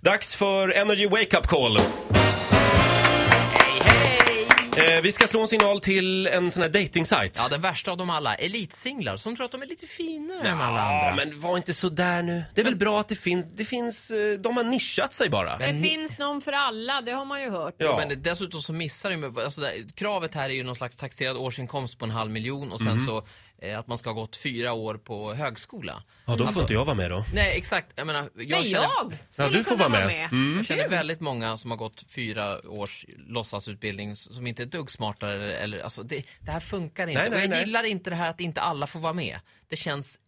Dags för Energy Wake Up Call. Eh, vi ska slå en signal till en sån här dating-sajt. Ja, den värsta av dem alla. Elitsinglar som tror att de är lite finare än alla andra. Ah, men var inte så där nu. Det är väl bra att det finns, det finns, eh, de har nischat sig bara. Men- Det finns någon för alla, det har man ju hört. Ja. Men dessutom så missar de alltså det, kravet här är ju någon slags taxerad årsinkomst på en halv miljon och sen Mhm. så eh, att man ska ha gått fyra år på högskola. Ja, då får inte jag vara med då. Nej, exakt. Jag menar, jag, Men känner, jag Ja, skulle du får kunna vara med. Mm. jag känner väldigt många som har gått fyra års låtsasutbildning s- som inte är ett dugg smartare eller alltså det, det här funkar inte. Nej, nej, och jag nej. gillar inte det här att inte alla får vara med. Det känns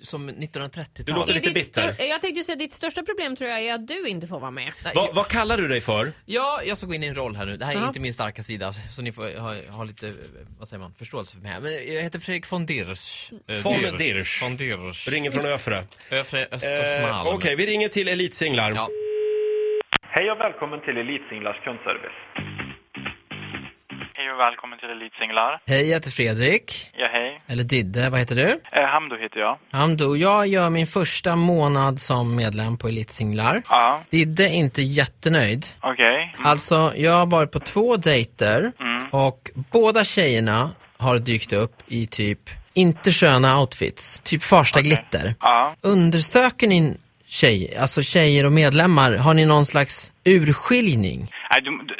som 1930-talet. Du låter Är lite ditt bitter. stör- Jag tänkte säga ditt största problem tror jag är att du inte får vara med. Nej, Va, vad kallar du dig för? Ja, jag ska gå in i en roll här nu. Det här är Ja. inte min starka sida, så ni får ha, ha lite, eh, vad säger man, förståelse för mig här. Men jag heter Fredrik von Dirsch. Eh, Von Dirsch. Von Dirsch. Ringer från Öfre. Öfre Eh, Östermalm. Okej, vi ringer till Elitsinglar. Ja. Hej och välkommen till Elitsinglars kundservice. Hej och välkommen till Elitsinglar. Hej, jag heter Fredrik. Ja, hej. Eller Didde, vad heter du? Eh, Hamdo heter jag. Hamdo, jag gör min första månad som medlem på Elitsinglar. Ja, Didde är inte jättenöjd. okej. Alltså, jag har varit på två dejter Mm. och båda tjejerna har dykt upp i typ, inte sköna outfits, typ farsta glitter. Ja. Undersöker ni tjej, alltså tjejer och medlemmar, har ni någon slags urskiljning? Nej, du, du,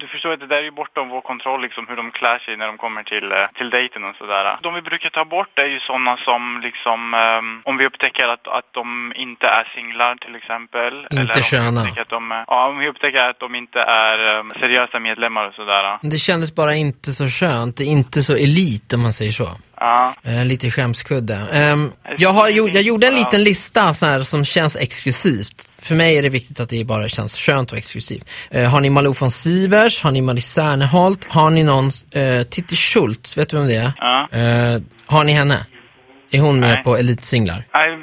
du förstår att det där är ju bortom vår kontroll, liksom hur de klär sig när de kommer till, eh, till dejten och sådär. De vi brukar ta bort är ju sådana som liksom, ehm, om vi upptäcker att, att de inte är singlar till exempel. Inte om vi sköna. upptäcker Att de, är- ja, om vi upptäcker att de inte är ehm, seriösa medlemmar och sådär. Det kändes bara inte så skönt, det är inte så elit om man säger så. Ja. Eh, lite skämskudde. Ehm, jag, har, gjort- jag gjorde en liten lista så här, som känns exklusivt. För mig är det viktigt att det bara känns skönt och exklusivt. Eh, har ni Malou von Sivers? Har ni Marie Serneholt? Har ni någon, eh, Titti Schultz, vet du vem det är? Ja. Eh, har ni henne? Är hon med Nej. på Elitsinglar? Nej, eh,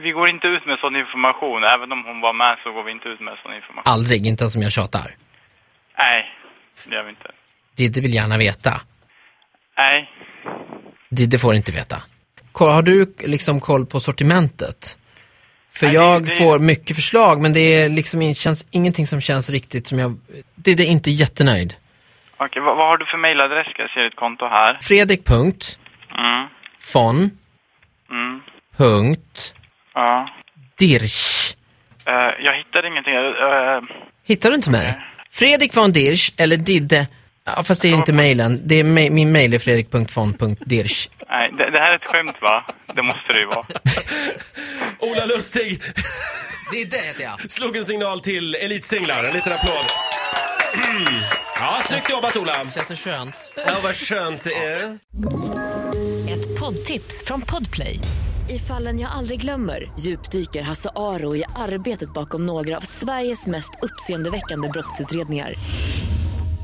vi går inte ut med sån information. Även om hon var med så går vi inte ut med sån information. Aldrig, inte ens om jag tjatar. Nej, det gör vi inte. Didde vill gärna veta. Nej. Didde får inte veta. Kolla, har du liksom koll på sortimentet? För Nej, det- jag det- får mycket förslag, men det är liksom in- känns, ingenting som känns riktigt som jag... Didde är inte jättenöjd. Okej, vad, vad har du för mejladress? Ska jag se ditt konto här? Fredrik. Punkt, Mm, von. mm, Punkt, ja. Dirsch. Eh, jag hittar ingenting. Uh, Hittar du inte mig? Fredrik von Dirsch eller Didde... Ja, fast det är inte mejlen. Det är ma- min mejl är fredrik.von.dirsch. nej, det, det här är ett skämt va? Det måste det ju vara. Ola Lustig Didde heter jag. slog en signal till Elitsinglar. En liten applåd. Ja, snyggt jobbat Ola. Känns det skönt? Ja, vad skönt det är. Ett poddtips från Podplay. I fallen jag aldrig glömmer djupdyker Hasse Aro i arbetet bakom några av Sveriges mest uppseendeväckande brottsutredningar.